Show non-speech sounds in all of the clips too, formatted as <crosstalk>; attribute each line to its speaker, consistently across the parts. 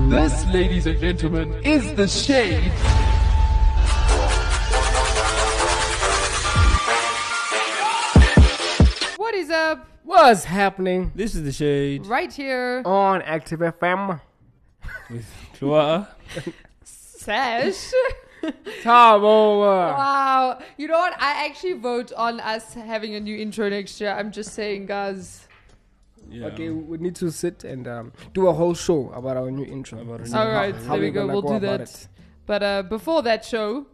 Speaker 1: This, ladies and gentlemen, is the shade.
Speaker 2: What is up?
Speaker 3: What's happening
Speaker 4: This is the shade
Speaker 2: Right here.
Speaker 3: on Active FM?
Speaker 4: with Chihuahua.
Speaker 3: <laughs>
Speaker 2: Sash.
Speaker 3: Tom over.
Speaker 2: wow. You know what? I actually vote on us having a new intro next year. I'm just saying, guys.
Speaker 4: Yeah.
Speaker 3: Okay, we need to sit and um, do a whole show about our new intro.
Speaker 4: About our
Speaker 3: See
Speaker 4: new-
Speaker 2: All
Speaker 3: how-
Speaker 2: right,
Speaker 3: how
Speaker 2: there we
Speaker 3: we're
Speaker 2: go.
Speaker 3: gonna
Speaker 2: We'll do
Speaker 3: about
Speaker 2: that.
Speaker 3: it.
Speaker 2: But uh, before that show,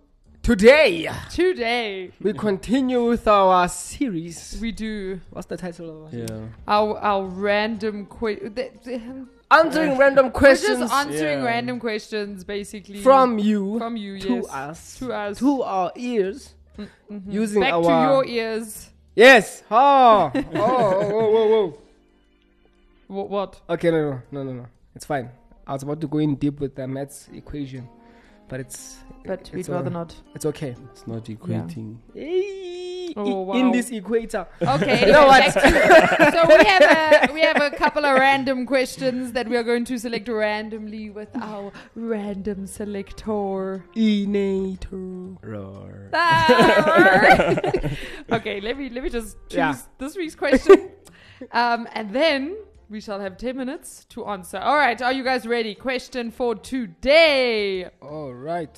Speaker 3: Today,
Speaker 2: today
Speaker 3: we continue with our series.
Speaker 2: we do
Speaker 3: What's the title of it?
Speaker 4: Yeah.
Speaker 2: our our random que- th- th-
Speaker 3: Answering random
Speaker 2: We're
Speaker 3: questions
Speaker 2: just answering
Speaker 4: yeah.
Speaker 2: random questions, basically
Speaker 3: from you
Speaker 2: from you
Speaker 3: to
Speaker 2: yes.
Speaker 3: us.
Speaker 2: to us Mm-hmm.
Speaker 3: To our ears. Using
Speaker 2: back
Speaker 3: our.
Speaker 2: to your e- ears.
Speaker 3: yes!
Speaker 2: <laughs>
Speaker 3: Oh! oh, oh, whoa, whoa, whoa.
Speaker 2: What? what?
Speaker 3: Okay, no, no, no, no, no. It's fine. I was about to go in deep with the maths equation, but it's.
Speaker 2: But
Speaker 3: it's
Speaker 2: we'd
Speaker 3: all
Speaker 2: rather
Speaker 3: right.
Speaker 2: not.
Speaker 3: It's okay.
Speaker 4: It's not equating.
Speaker 3: Hey,
Speaker 2: Oh,
Speaker 3: i- In
Speaker 2: wow.
Speaker 3: this equator. <laughs>
Speaker 2: Okay,
Speaker 3: You know
Speaker 2: anyway,
Speaker 3: what?
Speaker 2: back to- so we <laughs> have a we have a couple of random questions that we are going to select randomly with our random selector.
Speaker 3: Inator.
Speaker 4: Roar.
Speaker 2: Ah. <laughs> okay, let me let me just choose
Speaker 3: Yeah.
Speaker 2: this week's question, um, and then we shall have ten minutes to answer. All right, are you guys ready? Question for today.
Speaker 3: All right.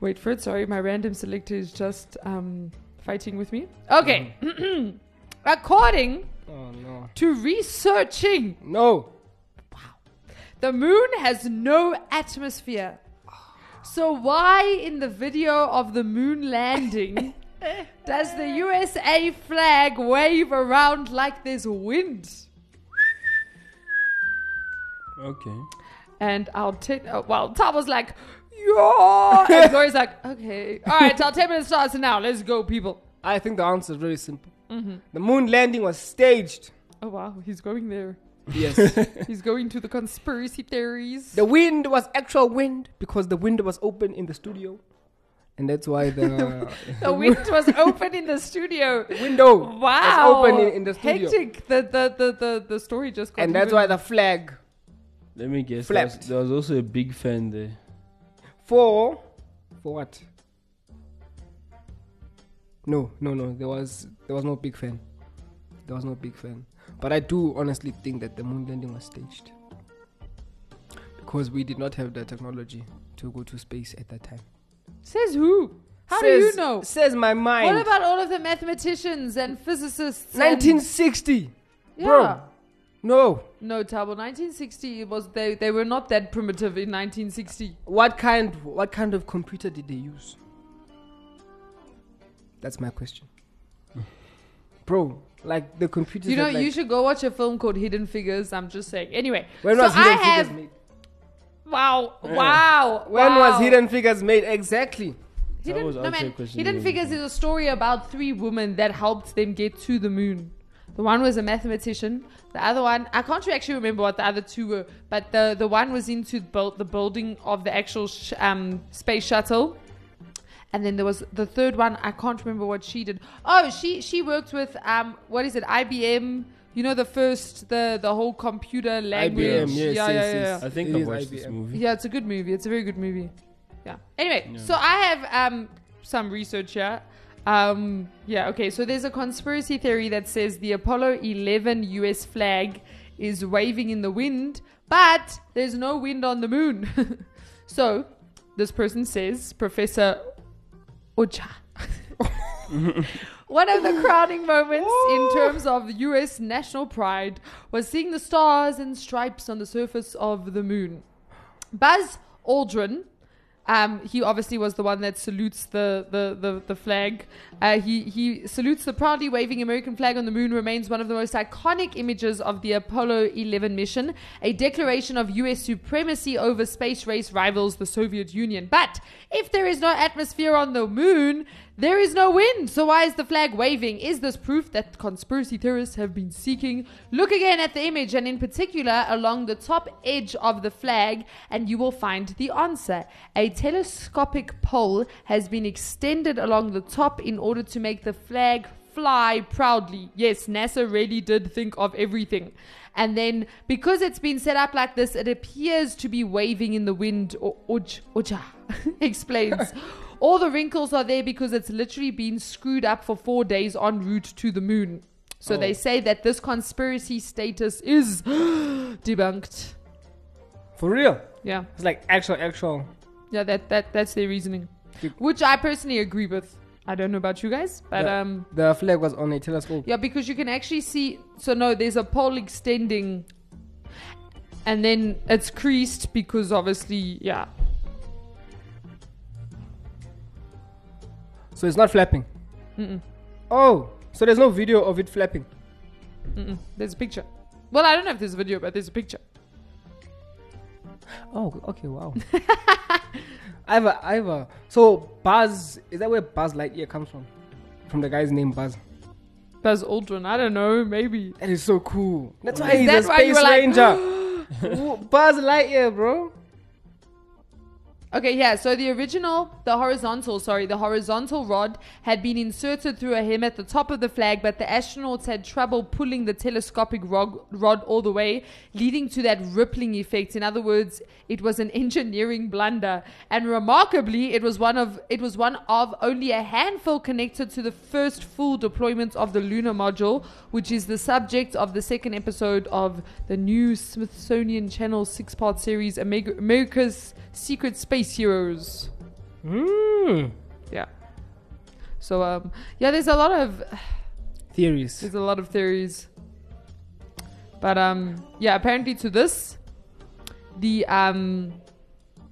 Speaker 2: Wait for it. Sorry, my random selector is just um, fighting with me. Okay, Mm-hmm. <clears throat> according
Speaker 3: Oh no.
Speaker 2: to researching.
Speaker 3: No.
Speaker 2: The moon has no atmosphere. So why in the video of the moon landing
Speaker 3: <laughs>
Speaker 2: does the USA flag wave around like there's wind?
Speaker 4: Okay.
Speaker 2: And I'll take. Uh, well, Tom was like, "Yeah,"
Speaker 3: <laughs>
Speaker 2: and Zoe's like, "Okay, all right." I'll take minutes starts now. Let's go, people.
Speaker 3: I think the answer is very simple.
Speaker 2: Mm-hmm.
Speaker 3: The moon landing was staged.
Speaker 2: Oh wow, he's going there.
Speaker 3: Yes.
Speaker 2: He's going to the conspiracy
Speaker 3: <laughs>
Speaker 2: theories.
Speaker 3: the wind was actual wind because the window was open in the studio. And that's why <laughs> the
Speaker 2: The wind was open in the studio.
Speaker 3: window
Speaker 2: Wow,
Speaker 3: was open in, in the studio.
Speaker 2: Hectic. The the the the, the story just. Got
Speaker 3: And that's
Speaker 2: even-
Speaker 3: why the flag
Speaker 4: Let me guess. There was,
Speaker 3: Flapped.
Speaker 4: there was also a big fan there.
Speaker 3: for for what? No, no, no. There was there was no big fan. There was no big fan. But I do honestly think that the moon landing was staged because we did not have the technology to go to space at that time.
Speaker 2: Says who? How do you
Speaker 3: Says-
Speaker 2: know?
Speaker 3: Says my mind.
Speaker 2: What about all of the mathematicians and physicists?
Speaker 3: 1960,
Speaker 2: and,
Speaker 3: bro?
Speaker 2: Yeah.
Speaker 3: No.
Speaker 2: No, Tabo. 1960 it was they. They were not that primitive in 1960.
Speaker 3: What kind what kind of computer did they use? That's my
Speaker 2: <laughs>
Speaker 3: question. Bro, like the computers.
Speaker 2: you know,
Speaker 3: that, like,
Speaker 2: you should go watch a film called Hidden Figures. I'm just saying. Anyway,
Speaker 3: When
Speaker 2: so
Speaker 3: was Hidden
Speaker 2: I have
Speaker 3: Figures made?
Speaker 2: wow, wow.
Speaker 3: When
Speaker 2: wow.
Speaker 3: was Hidden Figures made exactly?
Speaker 2: Hidden,
Speaker 4: That was
Speaker 2: no,
Speaker 4: also
Speaker 2: man,
Speaker 4: a question
Speaker 2: Hidden
Speaker 4: you were
Speaker 2: Figures is
Speaker 4: looking
Speaker 2: a story about three women that helped them get to the moon. The one was a mathematician. The other one, I can't actually remember what the other two were, but the, the one was into build, the building of the actual sh- um, space shuttle. And then there was the third one. I can't remember what she did. Oh, she she worked with um, what is it? IBM. You know the first the the whole computer
Speaker 3: yes,
Speaker 2: language. yeah,
Speaker 3: yes,
Speaker 2: yeah,
Speaker 3: yes.
Speaker 2: yeah.
Speaker 4: I think
Speaker 3: It
Speaker 4: I
Speaker 3: is
Speaker 4: watched this
Speaker 3: IBM.
Speaker 4: movie.
Speaker 2: Yeah, it's a good movie. It's a very good movie. Yeah. Anyway,
Speaker 4: Yeah.
Speaker 2: so I have um some research here. Um yeah, okay. So there's a conspiracy theory that says the Apollo 11 US flag is waving in the wind, but there's no wind on the moon. <laughs> so, this person says, Professor Ocha. <laughs> One of the crowning moments in terms of US national pride was seeing the stars and stripes on the surface of the moon. Buzz Aldrin, um, he obviously was the one that salutes the, the, the, the flag. Uh, he, he salutes the proudly waving American flag on the moon, remains one of the most iconic images of the Apollo 11 mission, a declaration of U.S. supremacy over space race rivals, the Soviet Union. But if there is no atmosphere on the moon, there is no wind. So why is the flag waving? Is this proof that conspiracy theorists have been seeking? Look again at the image and in particular along the top edge of the flag and you will find the answer. A telescopic pole has been extended along the top in order to make the flag fly proudly. Yes, NASA really did think of everything. And then because it's been set up like this, it appears to be waving in the wind, or Uj, Uja <laughs> explains. All the wrinkles are there because it's literally been screwed up for four days en route to the moon. So they say that this conspiracy status is <gasps> debunked.
Speaker 3: For real.
Speaker 2: Yeah.
Speaker 3: It's like actual, actual.
Speaker 2: Yeah, that, that that's their reasoning.
Speaker 3: Good.
Speaker 2: Which I personally agree with. I don't know about you guys, but
Speaker 3: Yeah.
Speaker 2: um
Speaker 3: The flag was on a telescope.
Speaker 2: yeah, because you can actually see so no, there's a pole extending and then it's creased because obviously yeah.
Speaker 3: So it's not flapping.
Speaker 2: Mm-mm.
Speaker 3: Oh, so there's no video of it flapping.
Speaker 2: Mm-mm. There's a picture. Well, I don't know if there's a video, but there's a picture.
Speaker 3: Oh, okay, wow. <laughs> I have a, I have a. So Buzz, is that where Buzz Lightyear comes from? From the guy's name Buzz.
Speaker 2: Buzz Aldrin, I don't know, maybe.
Speaker 3: That is so cool. That's why
Speaker 2: Is
Speaker 3: he's
Speaker 2: that
Speaker 3: a
Speaker 2: why you
Speaker 3: space
Speaker 2: were like,
Speaker 3: ranger.
Speaker 2: <gasps>
Speaker 3: Woo, Buzz Lightyear, bro.
Speaker 2: Okay, yeah, so the original, the horizontal, sorry, the horizontal rod had been inserted through a hem at the top of the flag, but the astronauts had trouble pulling the telescopic rod, rod all the way, leading to that rippling effect. In other words, it was an <laughs> engineering blunder. And remarkably, it was one of it was one of only a handful connected to the first full deployment of the lunar module, which is the subject of the second episode of the new Smithsonian Channel six-part series Ameri- America's Secret Space Heroes.
Speaker 3: Mm.
Speaker 2: Yeah. So um yeah, there's a lot of
Speaker 3: Theories.
Speaker 2: there's a lot of theories. But um yeah, apparently to this the um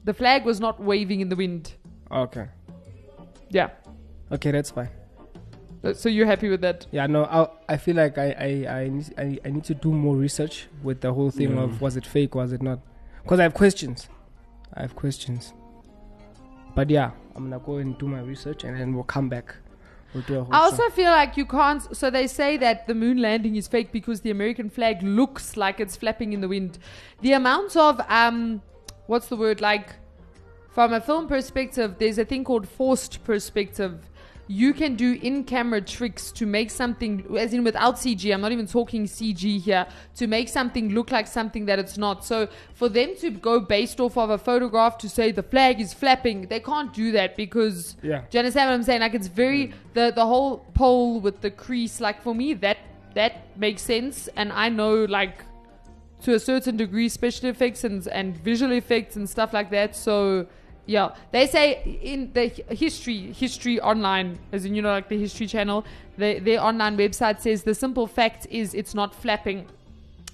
Speaker 2: the flag was not waving in the wind.
Speaker 3: Okay.
Speaker 2: Yeah.
Speaker 3: Okay, that's fine.
Speaker 2: Uh, So you're happy with that?
Speaker 3: Yeah, no, I I feel like I I I need, I, I need to do more research with the whole thing
Speaker 4: Yeah.
Speaker 3: of was it fake, was it not? Because I have questions. I have questions. But yeah, I'm gonna go and do my research, and then we'll come back. We'll do a whole
Speaker 2: I also
Speaker 3: show.
Speaker 2: feel like you can't. So they say that the moon landing is fake because the American flag looks like it's flapping in the wind. The amount of um, what's the word like? From a film perspective, there's a thing called forced perspective. You can do in-camera tricks to make something, as in without CG. I'm not even talking CG here to make something look like something that it's not. So for them to go based off of a photograph to say the flag is flapping, they can't do that because
Speaker 3: yeah.
Speaker 2: do you understand what I'm saying? Like it's very the the whole pole with the crease. Like for me, that that makes sense, and I know like to a certain degree special effects and and visual effects and stuff like that. So yeah, they say in the hi- history history online, as in you know like the History Channel, the, their online website says the simple fact is it's not flapping.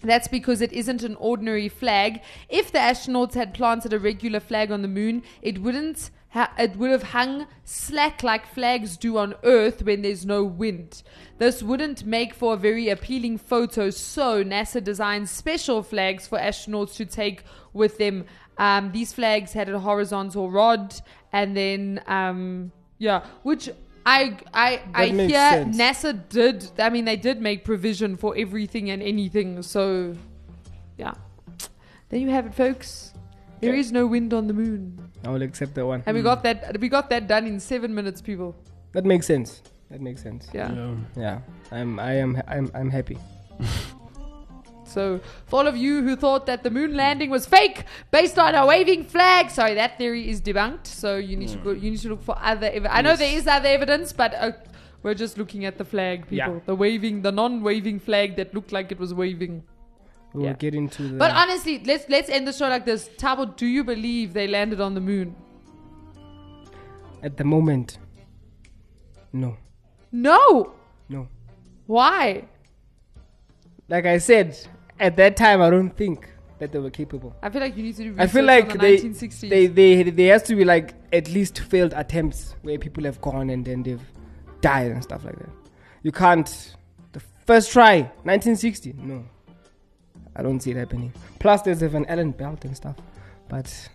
Speaker 2: That's because it isn't an ordinary flag. If the astronauts had planted a regular flag on the moon, it wouldn't. Ha- it would have hung slack like flags do on Earth when there's no wind. This wouldn't make for a very appealing photo, so NASA designed special flags for astronauts to take with them. Um, these flags had a horizontal rod, and then um, yeah, which I I I
Speaker 3: That makes
Speaker 2: hear
Speaker 3: sense.
Speaker 2: NASA did. I mean, they did make provision for everything and anything. So, yeah. There you have it, folks. There
Speaker 3: Okay.
Speaker 2: is no wind on the moon,
Speaker 3: I will accept that one. Mm.
Speaker 2: and we got that. We got that done in seven minutes, people.
Speaker 3: That makes sense. That makes sense.
Speaker 2: Yeah.
Speaker 3: Yeah, I'm I am I'm I'm happy.
Speaker 2: So, for all of you who thought that the moon landing was fake based on a waving flag, sorry, that theory is debunked. So you need
Speaker 3: Hmm.
Speaker 2: to go. You need to look for other. Ev- I know there is other evidence, but. Uh, we're just looking at the flag, people.
Speaker 3: Yeah.
Speaker 2: The waving, the non-waving flag that looked like it was waving.
Speaker 3: We will
Speaker 2: Yeah.
Speaker 3: get into the.
Speaker 2: But honestly, let's let's end the show like this. Tabo, do you believe they landed on the moon?
Speaker 3: at the moment, no,
Speaker 2: No.
Speaker 3: no.
Speaker 2: Why?
Speaker 3: Like I said, at that time, I don't think that they were capable.
Speaker 2: I feel like you need to do. Research
Speaker 3: I feel
Speaker 2: on
Speaker 3: like
Speaker 2: the
Speaker 3: they,
Speaker 2: 1960s.
Speaker 3: they they there has to be like at least failed attempts where people have gone and then they've died and stuff like that. You can't the first try 1960 no. I don't see it happening. Plus there's the Van Allen belt and stuff, but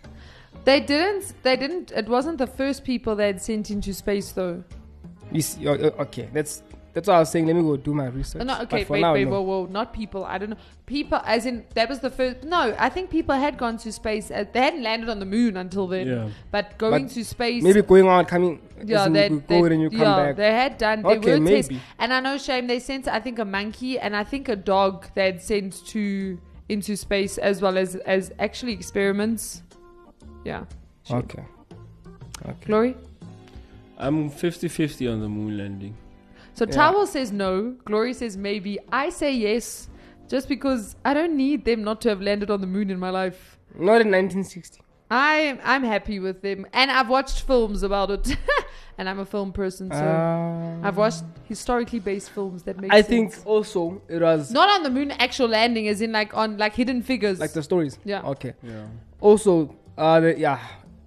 Speaker 2: They didn't. They didn't. It wasn't the first people they had sent into space, though.
Speaker 3: you see, o- o- uh, okay that's That's why I was saying. Let me go do my research.
Speaker 2: No,
Speaker 3: But
Speaker 2: okay,
Speaker 3: for
Speaker 2: wait,
Speaker 3: now,
Speaker 2: wait,
Speaker 3: no.
Speaker 2: whoa, whoa, not people. I don't know. People, as in, that was the first. No, I think people had gone to space. Uh, they hadn't landed on the moon until then.
Speaker 4: Yeah.
Speaker 2: But going
Speaker 3: But
Speaker 2: to space.
Speaker 3: Maybe going out, coming.
Speaker 2: yeah,
Speaker 3: Yeah,
Speaker 2: they,
Speaker 3: that, you go
Speaker 2: they-
Speaker 3: and you come
Speaker 2: yeah,
Speaker 3: back.
Speaker 2: they had done. They
Speaker 3: Okay,
Speaker 2: were test-
Speaker 3: maybe.
Speaker 2: And I know, shame. They sent, I think, a monkey and I think a dog. They had sent to into space as well as as actually experiments. Yeah, shame.
Speaker 3: okay. Okay.
Speaker 2: glory.
Speaker 4: I'm 50 50 on the moon landing.
Speaker 2: So
Speaker 3: Yeah.
Speaker 2: Towel says no. Glory says maybe. I say yes, just because I don't need them not to have landed on the moon in my life.
Speaker 3: Not in 1960.
Speaker 2: I'm I'm happy with them, and I've watched films about it, <laughs> and I'm a film person, so
Speaker 3: Um,
Speaker 2: I've watched historically based films that make.
Speaker 3: Uh, I
Speaker 2: sense.
Speaker 3: think also it was
Speaker 2: not on the moon actual landing, as in like on like Hidden Figures.
Speaker 3: like the stories.
Speaker 2: yeah,
Speaker 3: Okay.
Speaker 4: Yeah.
Speaker 3: Also, uh, the, yeah,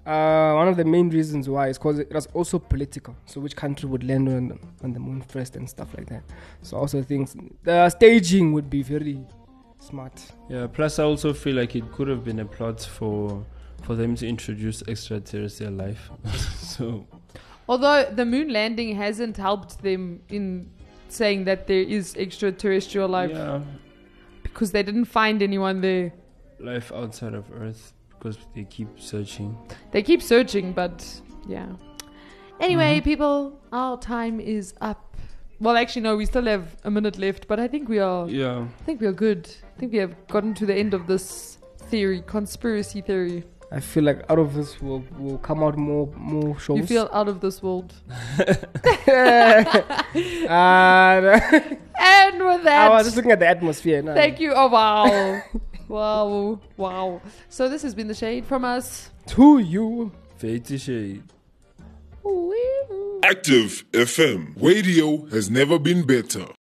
Speaker 3: uh, one of the main reasons why is because it was also political. So which country would land on on the moon first and stuff like that. So I also think the staging would be very smart.
Speaker 4: Yeah, plus I also feel like it could have been a plot for for them to introduce extraterrestrial life. <laughs> so
Speaker 2: although the moon landing hasn't helped them in saying that there is extraterrestrial life
Speaker 4: yeah,
Speaker 2: because they didn't find anyone there.
Speaker 4: life outside of Earth because they keep searching.
Speaker 2: They keep searching, but yeah. Anyway,
Speaker 3: Mm-hmm.
Speaker 2: people, our time is up. Well, actually, no, we still have a minute left, but I think we are.
Speaker 4: Yeah.
Speaker 2: I think we are good. I think we have gotten to the end of this theory, conspiracy theory.
Speaker 3: I feel like out of this will will come out more more shows.
Speaker 2: You
Speaker 3: <laughs>
Speaker 2: feel out of this world.
Speaker 3: Uh,
Speaker 2: And with
Speaker 3: <laughs>
Speaker 2: that,
Speaker 3: I was just looking at the atmosphere. Nah.
Speaker 2: thank you. Oh wow, wow, wow. So this has been the shade from us.
Speaker 3: To you.
Speaker 4: Fetty shade.
Speaker 2: Wee-
Speaker 5: Active FM. Radio has never been better.